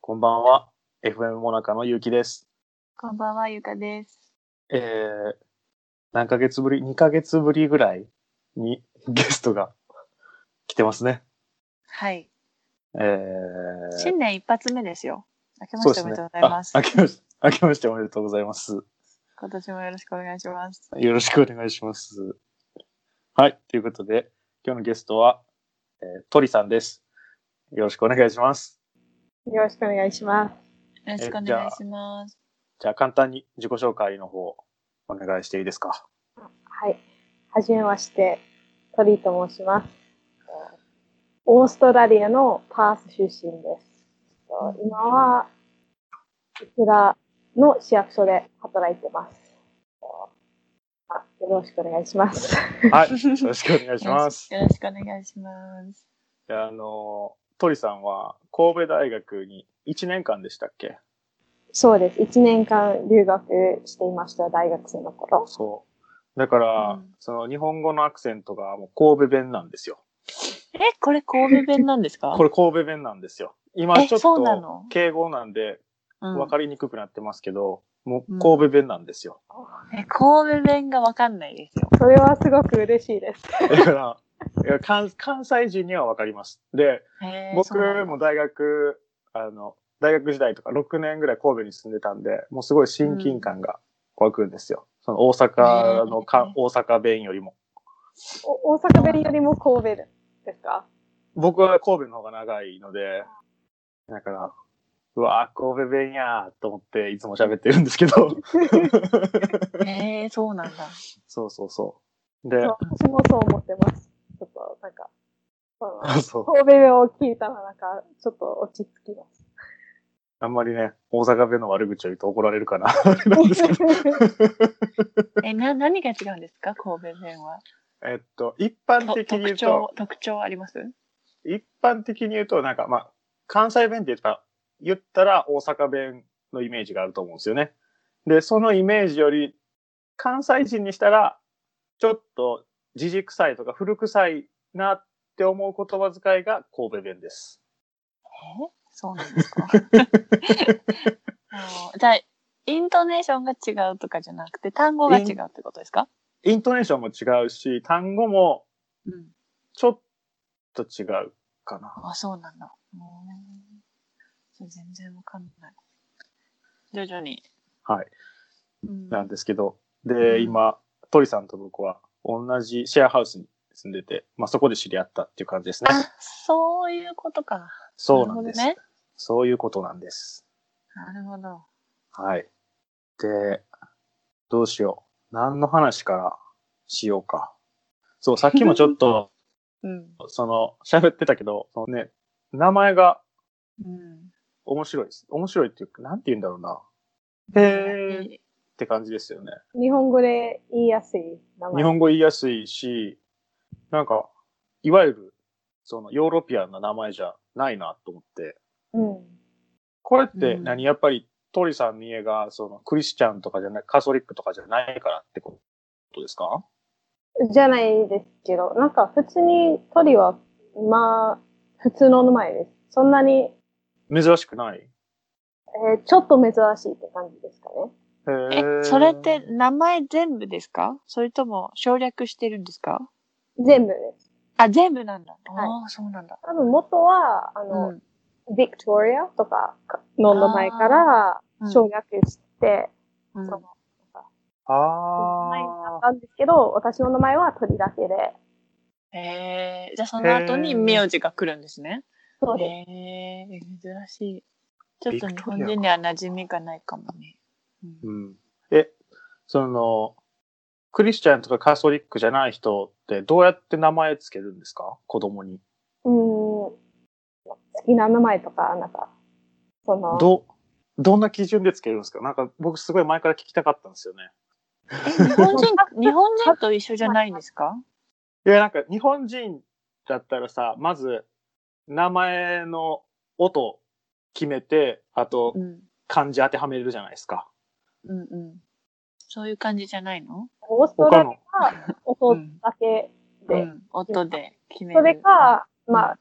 こんばんは。FM モナカのゆうきです。こんばんは、ゆかです。えー、何ヶ月ぶり ?2 ヶ月ぶりぐらいに ゲストが来てますね。はい。えー、新年一発目ですよ。明けまそうしでておすめねでとうございます。あ明けまして、 明けましておめでとうございます。今年もよろしくお願いします。よろしくお願いします。はい。ということで、今日のゲストは、えー、鳥さんです。よろしくお願いします。よろしくお願いします。よろしくおえじゃ願あいします。じゃあ、簡単に自己紹介の方、お願いしていいですか。はい。はじめまして、トリーと申します。オーストラリアのパース出身です。今は、こちらの市役所で働いてます。あよろしくお願いします。はい。よろしくお願いします。よろしくお願いします。であの、鳥さんは神戸大学に1年間でしたっけ そうです。1年間留学していました、大学生の頃。そう。だから、うんその日本語のアクセントがもう神戸弁なんですよ。え、これ神戸弁なんですかこれ神戸弁なんですよ。今えちょっそうなとの敬語なんでうん分かりにくくなってますけど、もううん神戸弁なんですよ。え神戸弁がわかんないですよ。それはすごく嬉しいです。だからいや関、関西人には分かります。で、へー僕そうなんだも大学、あの、大学時代とか6年ぐらい神戸に住んでたんで、もうすごい親近感が湧くんですよ。その大阪のか、へー大阪弁よりも。お大阪弁よりも神戸ですか 僕は神戸の方が長いので、だから、うわぁ、神戸弁やーと思っていつも喋ってるんですけ ど。へえ、そうなんだ。そうそうそう。でそう、私もそう思ってます。ちょっと、なんか、そのあそう。神戸弁を聞いたら、なんか、ちょっと落ち着きます。あんまりね、大阪弁の悪口を言うと怒られるかな。あれなん ですけど。え、な、何が違うんですか神戸弁は。えっと、一般と的に言特うと、徴、特徴あります一般的に言うと、なんか、まあ、関西弁って言ったら、言ったら大阪弁のイメージがあると思うんですよね。で、そのイメージより、関西人にしたら、ちょっと、じじくさいとか古臭いなって思う言葉遣いが神戸弁です。えそうなんですかあのじゃあ、イントネーションが違うとかじゃなくて、単語が違うってことですかイントネーションも違うし、単語もうん。ちょっと違うかな。あ、そうなんだ。うーんそれ全然わかんない。徐々に。はい。うん、なんですけど。うで、ん今、鳥さんと僕は同じシェアハウスに住んでて、まあ、そこで知り合ったっていう感じですね。あ、そういうことか。そうなんです。なるそういうことなんです。ほどね。なるほど。はい。で、どうしよう。何の話からしようか。そう、さっきもちょっ と、うん。その、喋ってたけど、そのね、名前がうん。面白いです。面白いっていうか、なんて言うんだろうな。へーって感じですよね。日本語で言いやすい名前。日本語言いやすいし、なんか、いわゆる、その、ヨーロピアンな名前じゃないなと思って。これって何、うんやっぱり鳥さんの家が、その、クリスチャンとかじゃない、カソリックとかじゃないからってことですかうん。じゃないですけど、なんか、普通に鳥は、まあ、普通の名前です。そんなに、珍しくないえーちょっと珍しいって感じですかへね。えー、それって名前全部ですかそれとも省略してるんですか全部です。あ、全部なんだ。はいああ、そうなんだ。多分元は、あうの、ん。ビクトリアとかの名前からうん省略して、うんその、あ前になっあ。たんですけど、私の名前は鳥だけで。へえ、じゃあその後に名字が来るんですね。そうです。へえ、珍しい。ちょっとビ日クト本リアか人には馴染みがないかもね。うんうん。え、その、クリスチャンとかカソリックじゃない人ってどうやって名前つけるんですか子供に。うーん。好きな名前とか、なんか、その、ど、どんな基準でつけるんですかなんか僕すごい前から聞きたかったんですよね。日本人、日本人と一緒じゃないんですかいや、なんか日本人だったらさ、まず名前の音決めて、あとうん。漢字当てはめるじゃないですか。うんうん。そういう感じじゃないのオースト他ラリの。アは音だけで、うん。音で決める。それか、んまあ、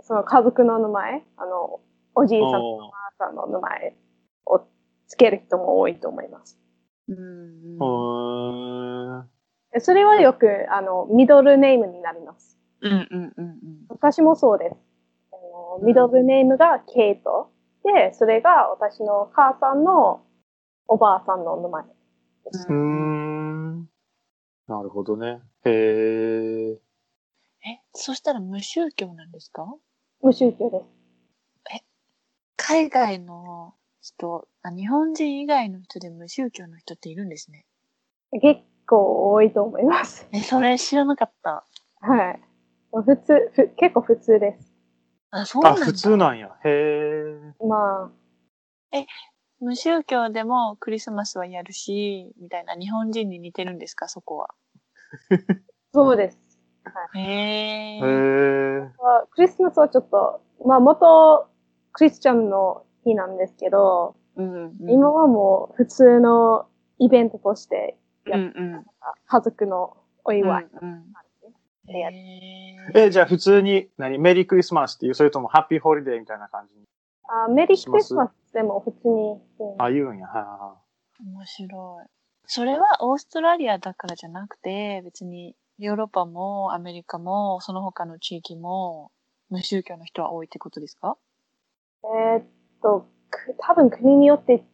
その家族の名前、あの、おじいさんとおお母さんの名前をつける人も多いと思います。うん。ーうでそれはよく、あの、ミドルネームになります。うんうんうん私もそうです。あのミドルネームがケイト。で、それが私の母さんのおばあさんの名前。ーん。なるほどね。へえ。え、そしたら無宗教なんですか無宗教です。海外の人あ、日本人以外の人で無宗教の人っているんですね。結構多いと思います。 え、それ知らなかった。はい。普通、ふ結構普通です。あ、そうなあ、んだ。普通なんや。へえ。ま無宗教でもクリスマスはやるし、みたいな日本人に似てるんですか、そこは。あ、そうです。へえ。へえ。はクリスマスはちょっと、まあ元クリスチャンの日なんですけど、うん、うん。今はもう普通のイベントとしてうんうん。家族のお祝い。うんうん。でやっへえ。え、じゃあ普通に、何メリークリスマスっていう、それともハッピーホリデーみたいな感じに。あメリークリスマスでも普通に、うんあ、言うんや。はいはいは面白い。それはオーストラリアだからじゃなくて、別にヨーロッパもアメリカもその他の地域も無宗教の人は多いってことですかえーっと、く多分国によって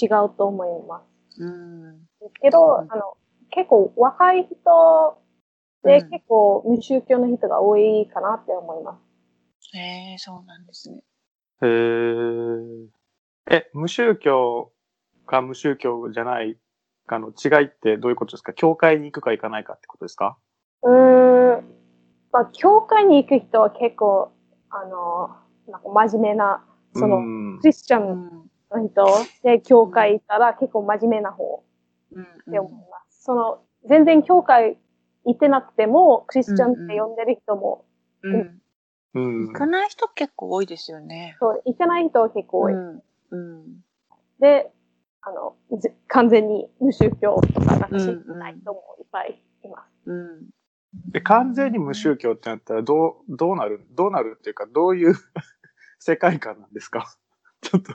違うと思いまうん。す。ですけど、うんあの、結構若い人でうん結構無宗教の人が多いかなって思います。ええそうなんですね。い。へえ。え、無宗教か無宗教じゃないかの違いってどういうことですか教会に行くか行かないかってことですかうーん。まあ、教会に行く人は結構、あの、なんか真面目な、その、うんクリスチャうンん。の人で、教会行ったら結構真面目な方うん、って思います。その、全然教会行ってなくても、クリスチャンって呼んでる人も、ううん。ん行かない人結構多いですよね。そう行かない人は結構多い。うん。うん。で、あの、ぜ完全に無宗教とか、なんか信じない人もいっぱいいます。うん。え完全に無宗教ってなったらどう、どうなる、どうなるっていうか、どういう 世界観なんですか ちょっと。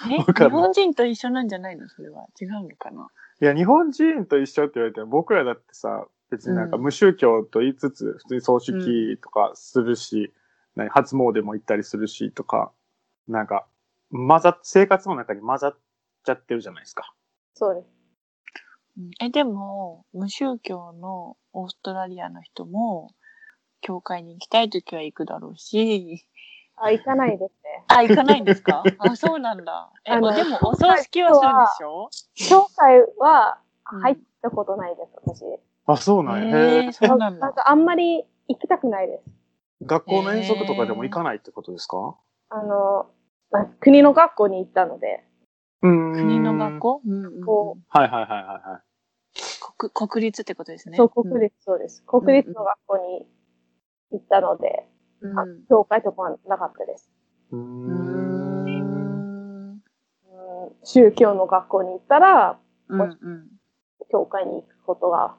え、わかんない日本人と一緒なんじゃないのそれは。違うのかないや、日本人と一緒って言われても、僕らだってさ、別になんか無宗教と言いつつ、普通に葬式とかするし、何初詣も行ったりするしとか、なんか、混ざっ、生活の中に混ざっちゃってるじゃないですか。そうです。うんえ、でも、無宗教のオーストラリアの人も、教会に行きたいときは行くだろうし、あ、行かない ですね。あ、行かないんです かあ、そうなんだ。え、あのでも、お葬式はするんでしょ教会はうん入ったことないです、私。あ、そうなんや。へええー、そうなんなんだ。かあんまり行きたくないです。学校の遠足とかでも行かないってことですか、あの、まあ国の学校に行ったので、うーん。国の学校うんうんこうんはいはいはいはいはい。国。国立ってことですね。そう、国立。立、そうです。国立の学校に行ったので、うんあ教会とかはなかったです。うー。うんん。うん宗教の学校に行ったら、うんうん。教会に行くことが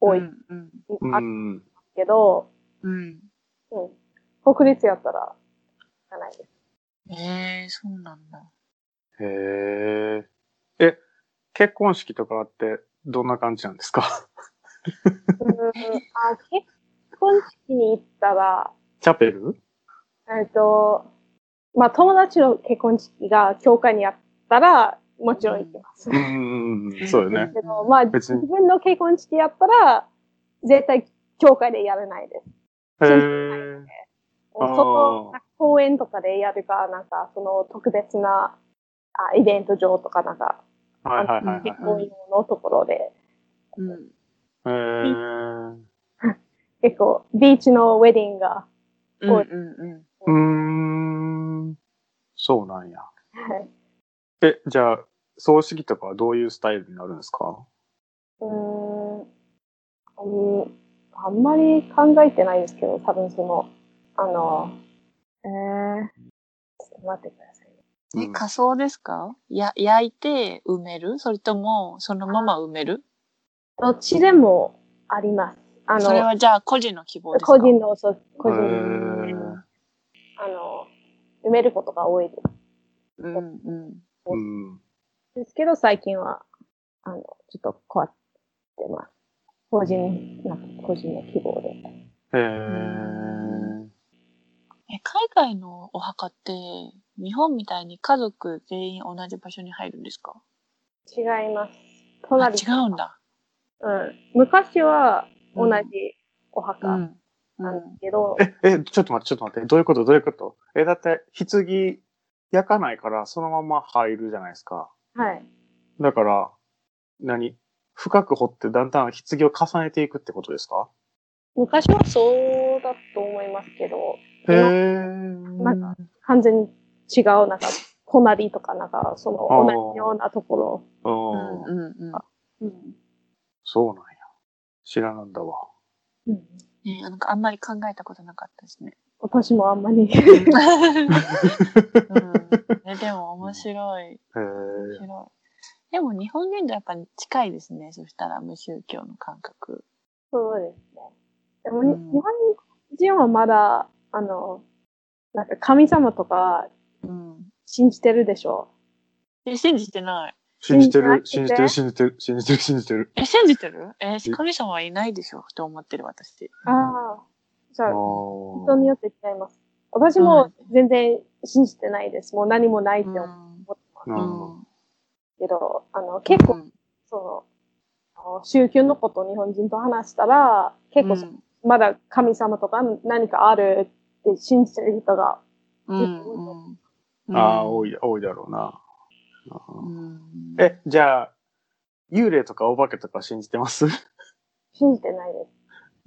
多い、うんうん。うあるん。けど、うん。うん、国立やったら行かないです。えー、そうなんだ。へえ。え、結婚式とかってどんな感じなんですかうん、あ結婚式に行ったら、 チャペルえっと、まあ、友達の結婚式が教会にあったら、もちろん行きます。うーん、そうよ ね。けど、まあ、別自に分の結婚式やったら、絶対教会でやらないです。へえ。もうあーその公園とかでやるか、なんか、その特別なあイベント場とか、なんか、はいはいはい結は婚用のところで、うん。い。へえ。結構、ビーチのウェディングが、うんうんうん。うーん。そうなんや。はいえ、じゃあ、葬式とかはどういうスタイルになるんですかうーん、うんあんまり考えてないですけど、多分その、あの、えー、ちょっと待ってください。え、うん仮装ですかや、焼いて埋めるそれとも、そのまま埋めるどっちでもあります。あそれの、はじゃあ個人の希望ですか個人の、そう個人への、ーあの、埋めることが多いです。うんうん。うん。ですけど、最近は、あの、ちょっと変わってます。個人、なんか個人の希望で。へー。え、海外のお墓って、日本みたいに家族全員同じ場所に入るんですか違います。あ隣。違うん。だ。うん。昔は同うんじおう墓ん。うなんでん。すけど、え、え、ちょっと待って、ちょっと待って。どういうことどういうことえ、だって、棺焼かないから、そのまま入るじゃないですか。はい。だから、何深く掘ってだんだん棺を重ねていくってことですか昔はそうだと思いますけど、へ今ー。なんか完全に違う、なんか、隣とか、なんか、そのあー同じようなところ。うんうんうんうん。うん。そうなんや。知らなんだわ。うん、ねなんかあんまり考えたことなかったです ね。私もあんま り。うんね、でも面白い。へ面ー。白い。でも日本人とやっぱり近いですね。そしたら無宗教の感覚。そうですね。でもに、うん日本人はまだ、あの、なんか神様とかうん。信じてるでしょえ、信じてない。信じてる、信信じじててる、信じてる、信じてる、信じてる。え、信じてるええ、神様はいないでしょって思ってる私。ああ。じゃあ、人人によって違います。私も全然信じてないです。もう何もないって思ってん。ますうん。けど、あの、結構、その、あの宗教のことを日本人と話したら、結構そ、まだ神様とか何かあるって信じてる人が、うんうんうん。ああ、多い。い、多いだろうな。あうーん、え、じゃあ、幽霊とかお化けとか信じてます信じてないです。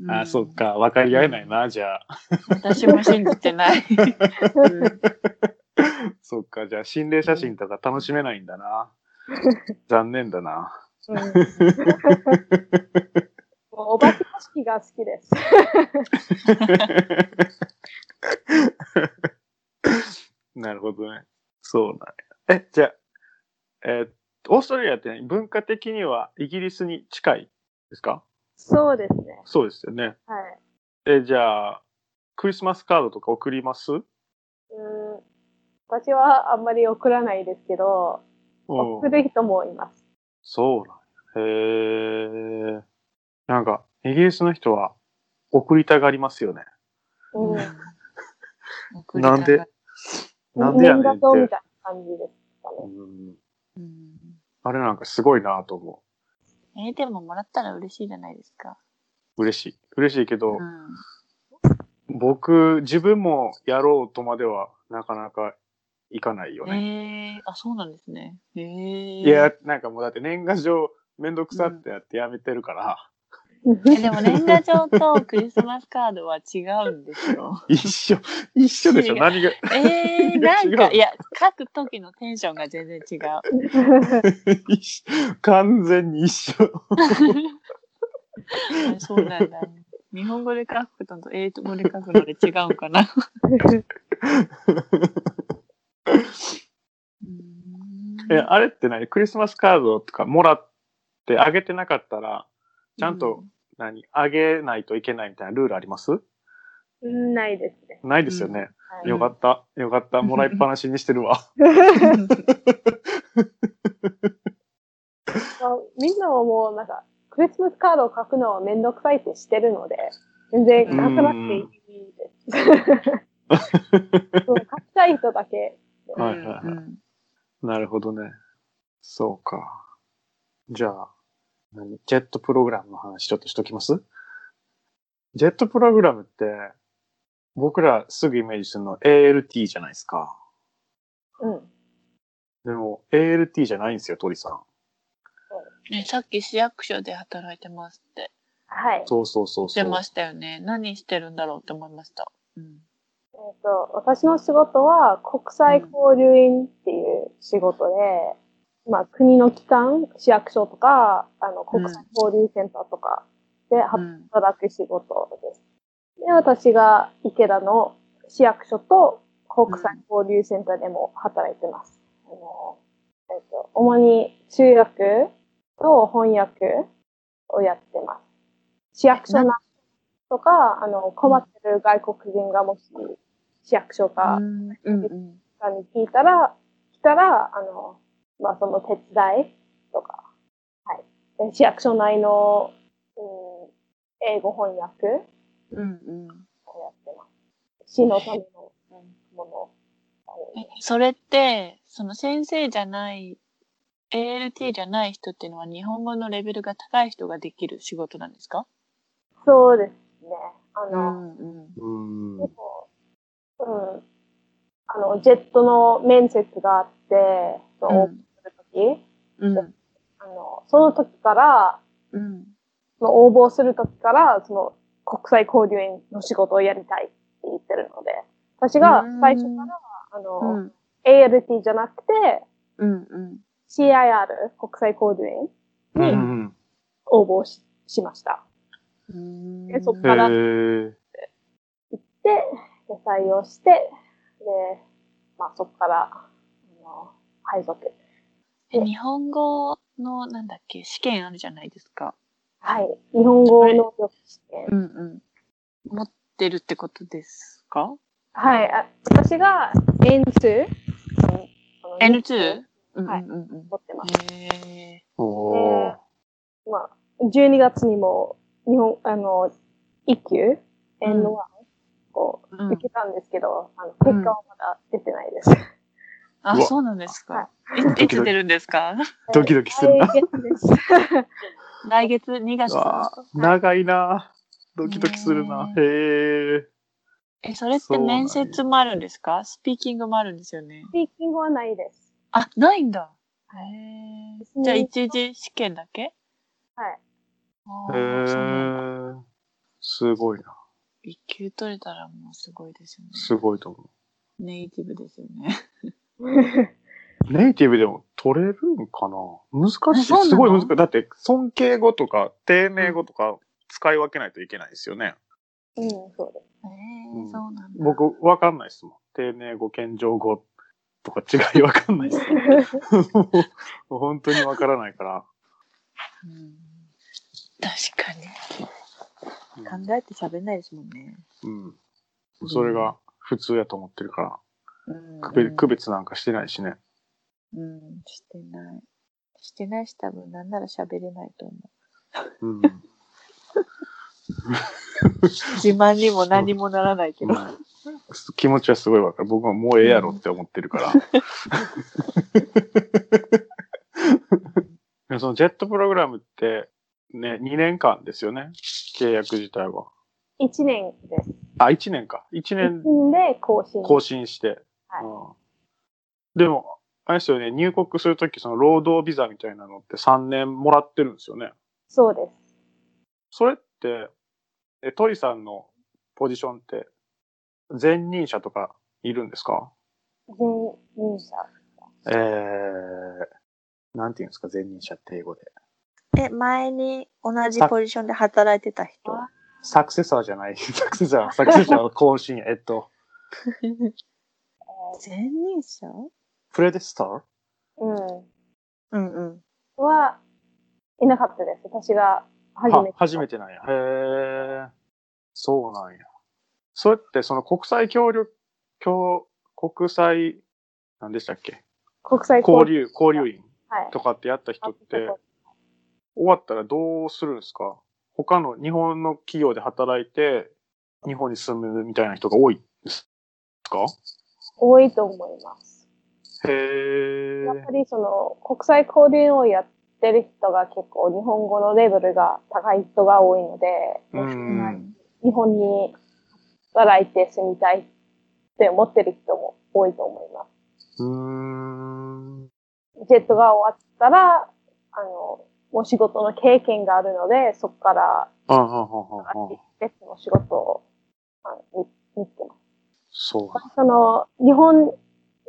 うんあーそっ。か、分かり合えないな、じゃあ。私も信じてない。うんそっか、じゃあ、心霊写真とか楽しめないんだ な。残念だな。うんもうお化け屋敷が好きです。 なるほどね。そうなんや。え、じゃあ、えーオーストラリアって文化的にはイギリスに近いですか そうですね。そうですよね。はい。え、じゃあ、クリスマスカードとか送りますうん私はあんまり送らないですけど、うん送る人もいます。そうなんや。へえ。なんか、イギリスの人は送りたがりますよね。うん。送りたながんでなんでやねんっ年賀状みて。たいな感じですかうね。んうんあれなんかすごいなと思えでももらったら嬉しいじゃないですか。う。嬉しい。嬉しいけうど、ん。僕、自分もやろうとまではなかなかいかないよね。えー、あ、そうなんですね。えー、いや、なんかもうだって年賀状めんどくさってやってやめてるから、えでも年賀状とクリスマスカードは違うんですよ。一緒、一緒でしょ、違う何が。え ー、なん違か、ういや、書く時のテンションが全然 違う。 一緒完全に一緒。あそうなんだ。日本語で書くことと英語で書くので違うんか な。うーんえ、あれって何クリスマスカードとかもらってあげてなかったら、ちゃんと、何あげないといけないみたいなルールありますうんないですね。ないですよね。はいよかった。よかった。もらいっぱなしにしてるわ。うんまあみんなはもうなんか、クリスマスカードを書くのはめんどくさいってしてるので、全然書かなくていいです。 そう書きたい人だけ。はいはいはいうんなるほどね。そうか。じゃあ、何ジェットプログラムの話ちょっとしときますジェットプログラムって、僕らすぐイメージするの ALT じゃないですか。うん。でも ALT じゃないんですよ、鳥さん。ね、さっき市役所で働いてますってはい。そうそうそうそ言う。ってましたよね。何してるんだろうって思いました。うんえっと、私の仕事は国際交流員っていう仕事で、まあ国の機関、市役所とか、あの国際交流センターとかでうん働く仕事です。で、私が池田の市役所と国際交流センターでも働いてます。あのえっと、主に中学と翻訳をやってます。市役所なとか、あの、困ってる外国人がもし市役所か、うんうんさんに聞いたら、来たら、あの、まあ、その手伝いとか、はい。で市役所内の、うん、英語翻訳をやうんうんってます。市のためのうんものを。えそれってその先生じゃない ALT じゃない人っていうのは日本語のレベルが高い人ができる仕事なんですかそうですね。あうの、んううん。ん結構うん。あの、ジェットの面接があって、そうの、んするとき、うんあの、その時から、うんその応募するときから、その国際交流員の仕事をやりたいって言ってるので、私が最初から、あうの、ん ALT じゃなくて、うんうん CIR、国際交流員うにん。応募ししました。うんえそっへかえら。で、で採用して、で、まあそこから、あの、配属。え日本語のなんだっけ試験あるじゃないですかはい。日本語能力試験。うんうん持ってるってことですかはい。あ私が N2? N2? うんうんはいうん持ってます。うんへおー。まあ、12月にも、日本、あの、一級、うん N1 をーうん受けたんですけど、あの、結果はまだ出てないです。あうわそうなんですかいドいキつドキ出るんですか ドキドキするな来 月です。来月2月うわー長いな。ドキドキするな。ねへえ。え、それっそてうなんや面接もあるんですかスピーキングもあるんですよね。スピーキングはないです。あ、ないんだ。へうえ。んじゃあ、一次試験だけ はい。あへーそうなんだえ。すごいな。一級取れたらもうすごいですよね。すごいと思ネイティブですよね。う。ネイティブでも取れるんかな難しい。そうなのすごい難しい。だって、尊敬語とか、丁寧語とか、使い分けないといけないですよね。うん、そうです。へうえ、んそうなんだ。僕、わかんないですもん。丁寧語、謙譲語とか違いわかんないです。 もう本当にわからないから。うん確かに。うん考えて喋んないですもんね。うん。それが普通やと思ってるから、うん区別区別なんかしてないしね。うん、してない。してないし、多分、なんなら喋れないと思う。うん。自慢にも何にもならないけうど。 ん気持ちはすごいわかる。僕はもうええやろって思ってる から。でもそのジェットプログラムって、ね、2年間ですよね。契約自体は。 1年です。あ、1年か。1 1年年で更新。更新して。はいうん、でも、あれですよね、入国するとき、その労働ビザみたいなのって3年もらってるんですよね。そうです。それって、え、トリさんのポジションって、前任者とかいるんですか全入社。えー、なんていうんですか、前任者って英語で。え、前に同じポジションで働いてた人あサクセサーじゃない。 サクセサー、サクセサーの更新、えっと、 前任者プレデスターううんうん。ん。は、いなかったです。私が初めはて。初めてなんや。へえ。そうなんや。そうやって、その国際協力、協、国際、何でしたっけ国際交。流、交流員はい。とかってやった人ってあ、終わったらどうするんですか他の日本の企業で働いて、日本に住むみたいな人が多いんですか多いと思います。へえや。っぱりその国際交流をやってる人が結構日本語のレベルが高い人が多いので、うん。日本に働いて住みたいって思ってる人も多いと思いまうーん。す。ジェットが終わったら、あの、もう仕事の経験があるので、そこからああ、ああ、ああ。別の仕事をあの見見つけます。そうまあその、日本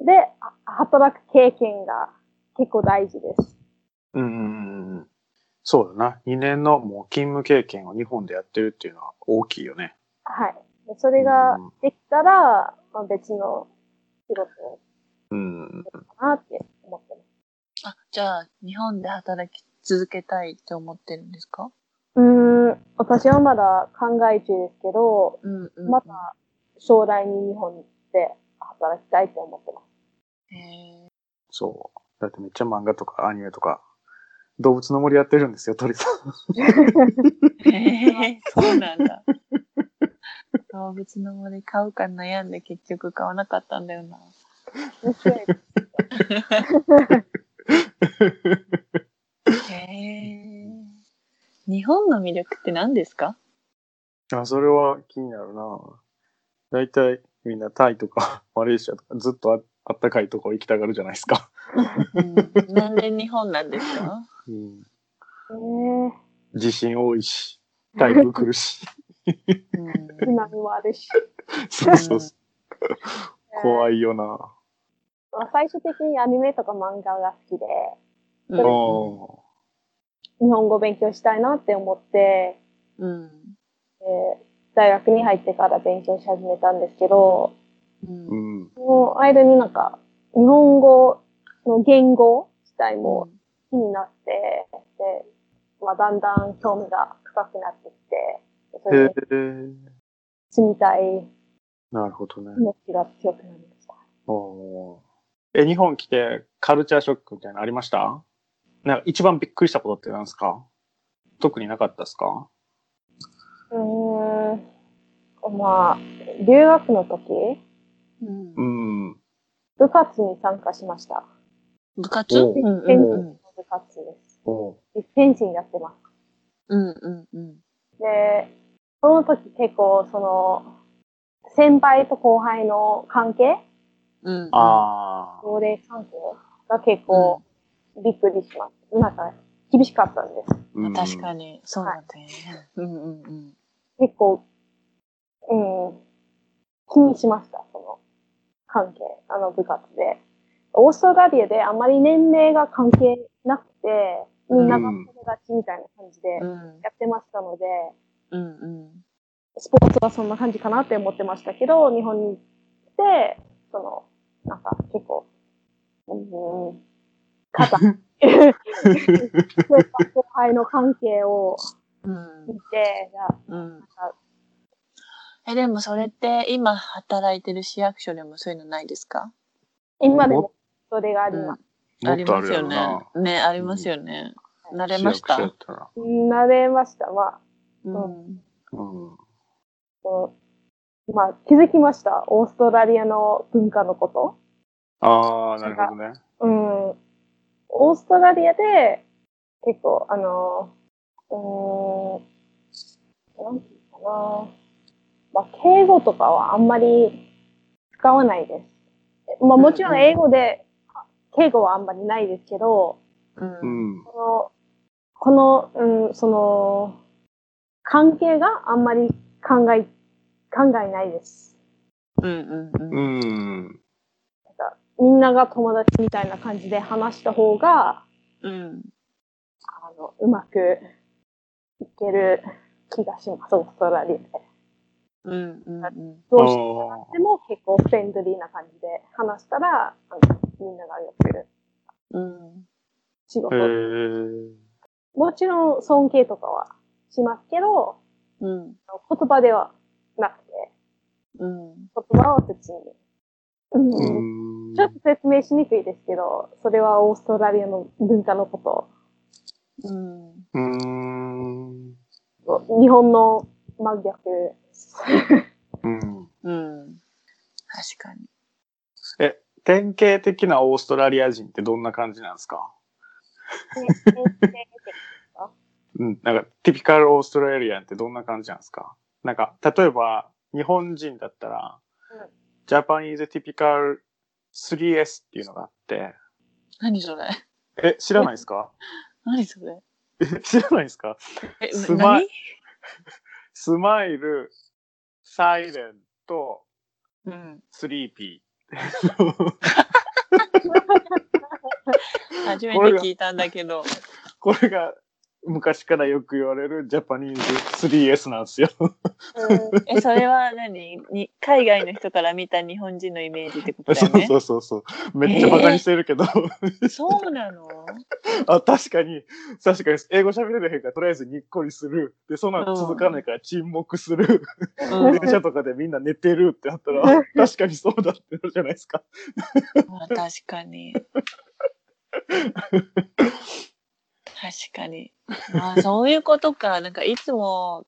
であ働く経験が結構大事です。うんうんうんうん。そうだな。2年のもう勤務経験を日本でやってるっていうのは大きいよね。はい。でそれがうんできたら、まあ、別の仕事うん。かなって思ってます。あ、じゃあ、日本で働き続けたいって思ってるんですかうーん、私はまだ考え中ですけど、 うんうんうん。また将来に日本して働きたいって思ってます。へそう。だってめっちゃ漫画とかアニメとか、動物の森やってるんですよ、鳥さ ん。え。へえ、そうなんだ。 動物の森買うか悩んで結局買わなかったんだよ な。面白い。へえ。日本の魅力って何ですかあ、それは気になるなだいたいみんなタイとか マレーシアとかずっとああったかいとこ行きたがるじゃないですか。うんなんで日本なんですかうん。ね地震多いし、台風来る し。え、津波もあるし。そうそうそう。い。怖いよなまあ、最終的にアニメとか漫画が好きで、うん。う日本語勉強したいなって思って、ん。えー大学に入ってから勉強し始めたんですけど、うん。うん。もう間になんか、日本語の言語自体も気になって、で、まあ、だんだん興味が深くなってきて、そへれえで。住みたいなるほどね気。持ちが強くなりました。おーえ、日本来てカルチャーショックみたいなのありましたなんか一番びっくりしたことって何ですか特になかったですかうーん。まあ、留学の時、うんうん。部活に参加しました。部活おうんおう部活です。おフェンシングやってまんす。うんうん。で、その時結構、その、先輩と後輩の関係うん。ああ。同齢関係が結構びっくりします。なんか、厳しかったんです。まあ確かに。に、そうだったよね。うんうんうん。結構、うん、気にしました、その関係、あの部活で。オーストラリアであまり年齢が関係なくて、みんなが友達みたいな感じでうやんってましたので、うんうん。スポーツはそんな感じかなって思ってましたけど、日本に行って、その、なんか結構、うん、肩、後輩の関係をうん見て、いやうんか、え、でもそれって今働いてる市役所でもそういうのないですか今でもそれがあります。もっとあまるすやよろねな。。ね、ありますよね。慣れ市まし役所やたっ。たら。慣れました。まあ、うん。うん。こうまあ、気づきました。オーストラリアの文化のこと。ああ、なるほどね。うん。オーストラリアで、結構、あの、うーん、なんていうのかな。まあ、敬語とかはあんまり使わないです。まあ、もちろん英語で、敬語はあんまりないですけど、う。うんん。この、この、うん、その、関係があんまり考え、考えないです。うんううん。ん。みんなが友達みたいな感じで話した方が、うん。あの、うまくいける気がします、オーストラリアで。うんうんうん。どうしおても結構フレンドリーな感じで話したら、あのみんながよくうん。仕事ー。へ。ーもちろん尊敬とかはしますけど、うん。言葉ではなくて、うん。言葉は普通に。ううんん。ちょっと説明しにくいですけど、それはオーストラリアの文化のこうん。うん。と、日本の真逆。 うん。うん。確かに。典型的なオーストラリア人ってどんな感じなんですかうん、なんか、ティピカルオーストラリアンってどんな感じなんですかなんか、例えば、日本人だったら、うんジャパニーズティピカル 3S っていうのがあって、何それえ、知らないですか何それえ 知らないですかえ、すま何いスマイル、サイレント、うん。スリーピ初めて聞いたんだけ ど。ー。これが昔からよく言われるジャパニーズ 3S なんですよ。 え、それは何に海外の人から見た日本人のイメージってことだそよね。う そうそうそう。めっちゃバカにしてるけど、そうなのあ、確かに、確かに、英語喋れるへんから、とりあえずにっこりする。で、そんなの続かないから沈黙する。うん電車とかでみんな寝てるってあったら、確かにそうだってなるじゃないですか。まあ、確かに。確かに。まあ、そういうことか。なんか、いつも、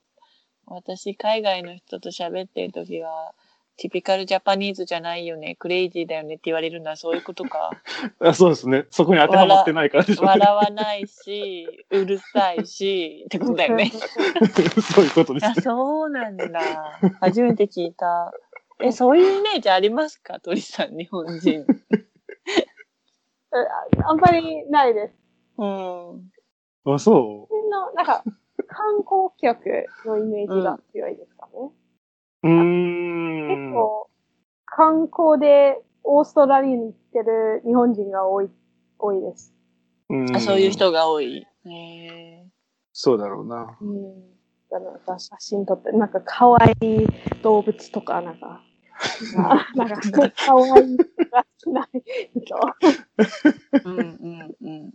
私、海外の人と喋ってるときは、ティピカルジャパニーズじゃないよね、クレイジーだよねって言われるのはそういうことか。あそうですね。そこに当てはまってないからでしょうね。笑わないし、うるさいし、ってことだよね。 そういうことです あ、ね。そうなんだ。初めて聞いた。え、そういうイメージありますか鳥さん、日本 人。あんまりないです。うん。あ、そみんな、な んか、観光客のイメージが強いですかね。う。うーん結。構、観光でオーストラリアに行ってる日本人が多い、多いです。んあ、そういう。人が多い。へえそうだろうな。うん。なんか写真撮って、なんか可愛い動物とか、な んか、なんか可愛いが好きな人うんうんうん。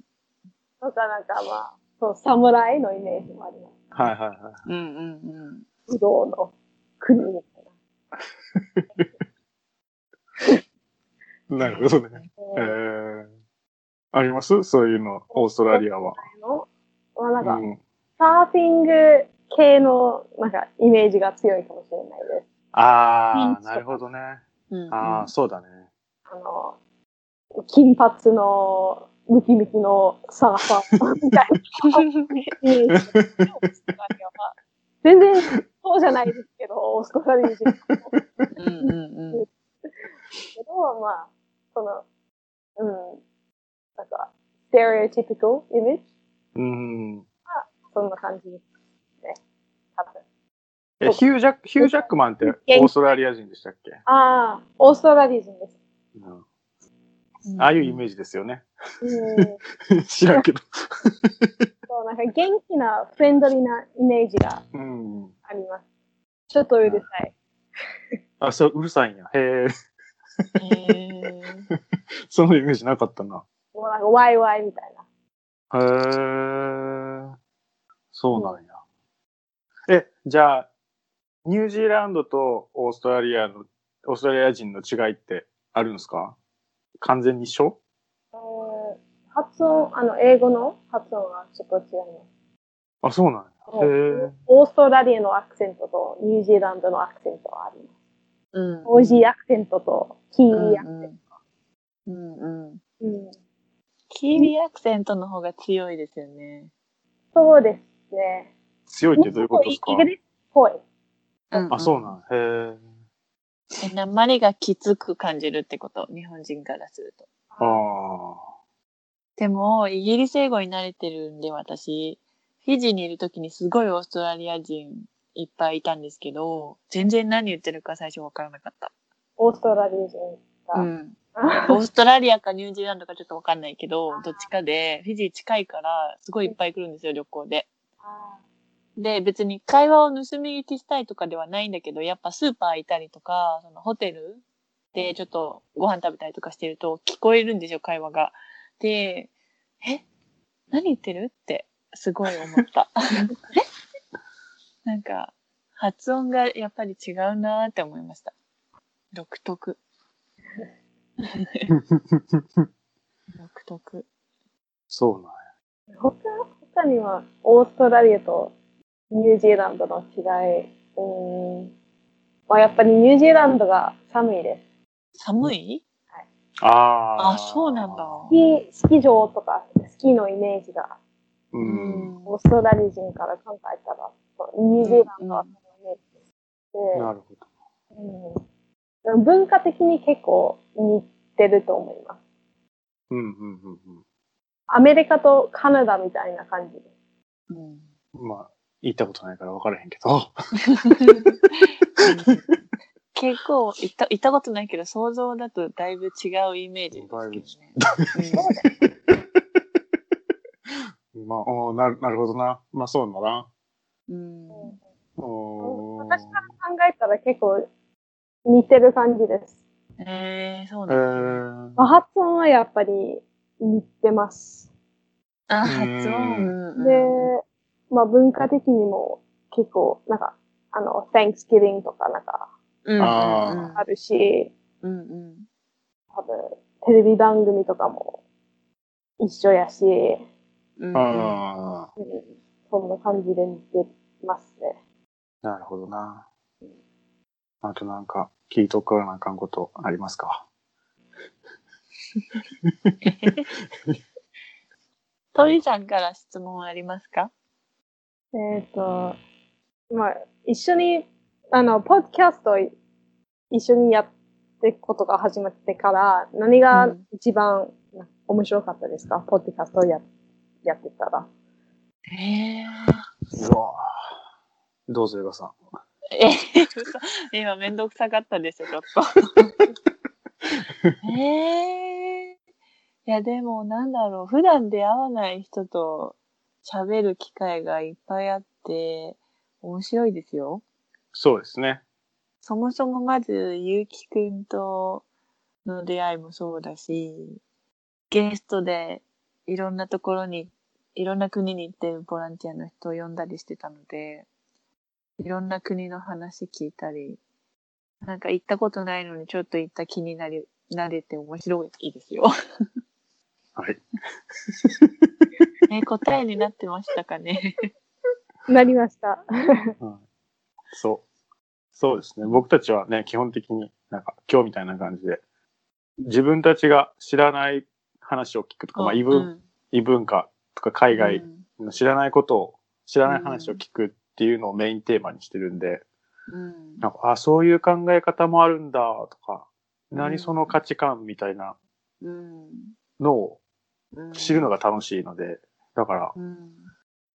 とか、なんかまあ、そう、侍のイメージもあります。はいはいはい。うんうん武道の国みたいな。なるほどね。ええー、ありますそういうの、オーストラリアは。のまあなんか、うん、サーフィング系の、なんか、イメージが強いかもしれないです。ああ、なるほどね。うんうん。ああ、そうだね。あの、金髪の、ムキムキのサーファーみたいなイメージが強いオーストラリアは。全然、そうじゃないですけど、オーストラリア人だけうんうんうん。ど、まあ、その、うん、なんか、stereotypical image? うん。そんな感じですね。多分。え、ヒュージャック、ヒュージャックマンってオーストラリア人でしたっけ、ああ、オーストラリア人です。うん、ああいうイーメージですよね。う ん。知らんけど。そう、なんか元気な、フレンドリーなイメージがうん。あります。ちょっとうるさい。あ、そう、うるさいんや。へえ、 ジ。そのイメージなかったな。もうなんかワイワイみたいな。へえ、そうなんや。え、じゃあ、ニュージーランドとオーストラリアの、オーストラリア人の違いってあるんですか完全に一緒えー発音、あの、英語の発音はちょっと違いあ、ます。そうなんや。へえ。オーストラリアのアクセントとニュージーランドのアクセントはあります。うん。オージーアクセントとキーうリーアクセンんうんうん。ト。うんキーリアクセントの方が強いですよね。そうですね。強いってどういうことですかイギリスっぽい。あ、そうなんや。へえ。え、鉛がきつく感じるってこと、日本人からすると。あ あ。でも、イギリス英語に慣れてるんで、私、フィジーにいるときにすごいオーストラリア人いっぱいいたんですけど、全然何言ってるか最初わからなかった。オーストラリア人が。うん。オーストラリアかニュージーランドかちょっとわかんないけど、どっちかで、フィジー近いから、すごいいっぱい来るんですよ、旅行で。あで、別に会話を盗み聞きしたいとかではないんだけど、やっぱスーパーいたりとか、そのホテルでちょっとご飯食べたりとかしてると聞こえるんですよ、会話が。で、え何言ってるってすごい思 った。えなんか、発音がやっぱり違うなーって思いました。独特。独特。そうなんや。ー他、他にはオーストラリアとニュージーランドの違い。うーん。まあ、やっぱりニュージーランドが寒いです。寒いああ。あ、そうなんだ。スキー、スキー場とか、スキーのイメージが、う。うんんオーストラリア人から考えたら、そうニュージーランドはそのイメなーるほど。ジです。でうん、文化的に結構似てると思います。うん、うん、うん、アメリカとカナダみたいな感じです。うんうん。まあ、行ったことないから分からへんけど。 結構行った、行ったことないけど、想像だとだいぶ違うイメージですけどね。うんまあ、おーなるなるほどな。まあそうだな。うん。おー私から考えたら結構似てる感じです。えー、そうえなんだ。ー、まあ発音はやっぱり似てます。あ、うん発音。で、まあ文化的にも結構、なんか、あの、Thanksgiving とかなんかうん、ああるし、うんうん、うんうん。多分テレビ番組とかも一緒やし、うんうんあうんそんな感じで似てますね。あ、なるほどな。あとなんか、聞いとかなあかんことありますか鳥さんから質問ありますかえっ、と、まあ、一緒に、あの、ポッドキャストを一緒にやっていくことが始まってから、何うがん一番面白かったですか、ポッドキャストをややってたら。ええうわぁどうぞ、エヴァさん。え嘘 今めんどくさかったですよ、ちょっ と。ええいや、でもなんだろう。普段出会わない人と喋る機会がいっぱいあって、面白いですよ。そうですね。そもそもまず、ゆうきくんとの出会いもそうだし、ゲストでいろんなところに、いろんな国に行ってるボランティアの人を呼んだりしてたので、いろんな国の話聞いたり、なんか行ったことないのにちょっと行った気になり、なれて面白いですよ。はい。え、答えになってましたかね。なりました。そう。そうですね。僕たちはね、基本的になんか今日みたいな感じで、自分たちが知らない話を聞くとか、 まあ異文、うん異文化とか海外うんの知らないことを、知らない話を聞くっていうのをメインテーマにしてるんで、うんなんか、あ、そういう考え方もあるんだとか、うん何その価値観みたいなうんのをうん知るのが楽しいので、だからうん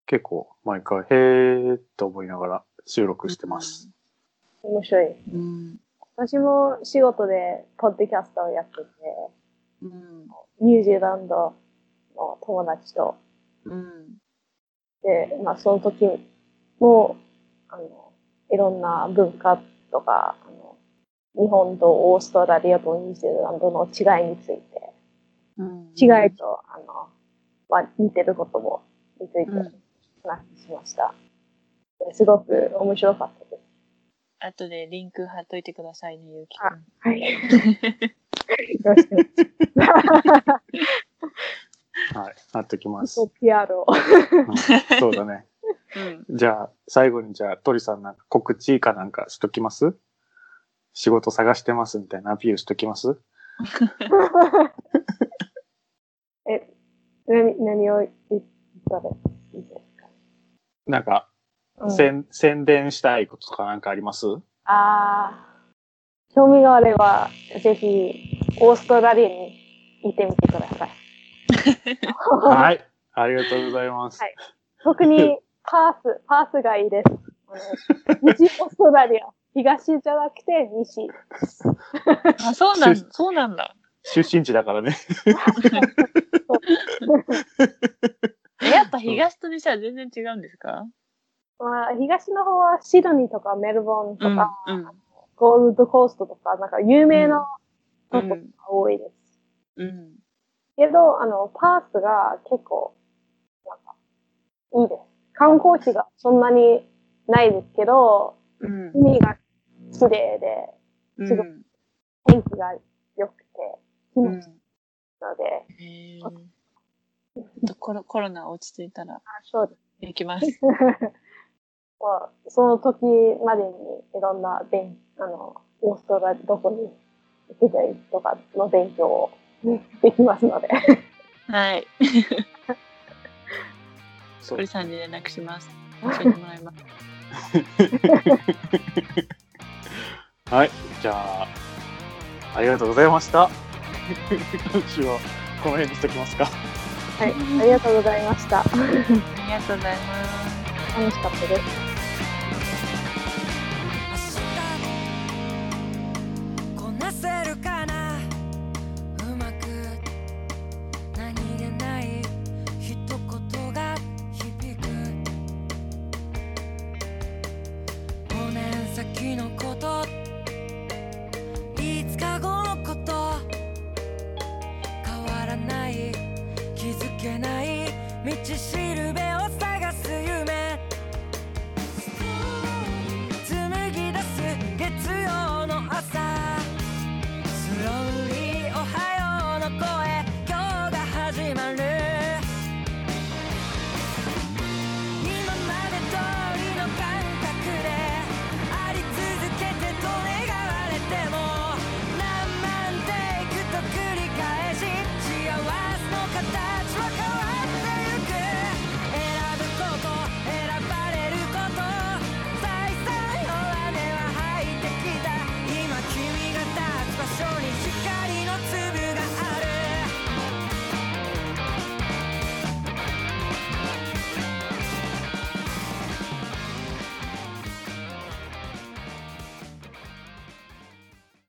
結構毎回、へーって思いながら収録してます。面白い。うん。私も仕事でポッドキャストをやってて、うん。ニュージーランドの友達と、うん。で、まあその時も、あの、いろんな文化とか、あの日本とオーストラリアとニュージーランドの違いについて、うん違いと、あの、まあ似てることも、についてうん話しました。ですごく面白かったです。あとでリンク貼っといてくださいね、ゆうきあはい。よろしくお願いしまはい。なってきます す。 PR を。うんそうだね。くん。うん。じゃあ、最後にじゃあ、鳥さんなんか告知かなんかしときます仕事探してますみたいなアピールしときますえ、何、何を言ったらいいですか、なんか、うんせん宣伝したいこととかなんかありますああ、興味があれば、ぜひ、オーストラリアに行ってみてください。はい。ありがとうございます。はい特に、パース、パースがいいです。あの西オーストラリア。東じゃなくて、西。あ、そうなんだ。そうなんだ。出身地だからね。えやっぱ東と西は全然違うんですかまあ、東の方はシドニーとかメルボーンとか、うん。ゴールドコーストとか、なんか有名なうとこん。が多いです。うん。けど、あの、パースが結構、なんか、いいです。観光地がそんなにないですけど、うん。海が綺麗で、うん。すご天気が良くて、う気持んちいいので、へーちょっとコロコロナ落ち着いたらあそうです。行きます。 まあ、その時までにいろんな勉、あの、オーストラリア、どこに行けばいいとかの勉強をねできますので。はい。そう鳥さんに連絡します。教えてもらいます。はい。じゃあ、ありがとうございました。 今週はこの辺にしときますか。はい、ありがとうございました。楽ありがとうございます。しかったです。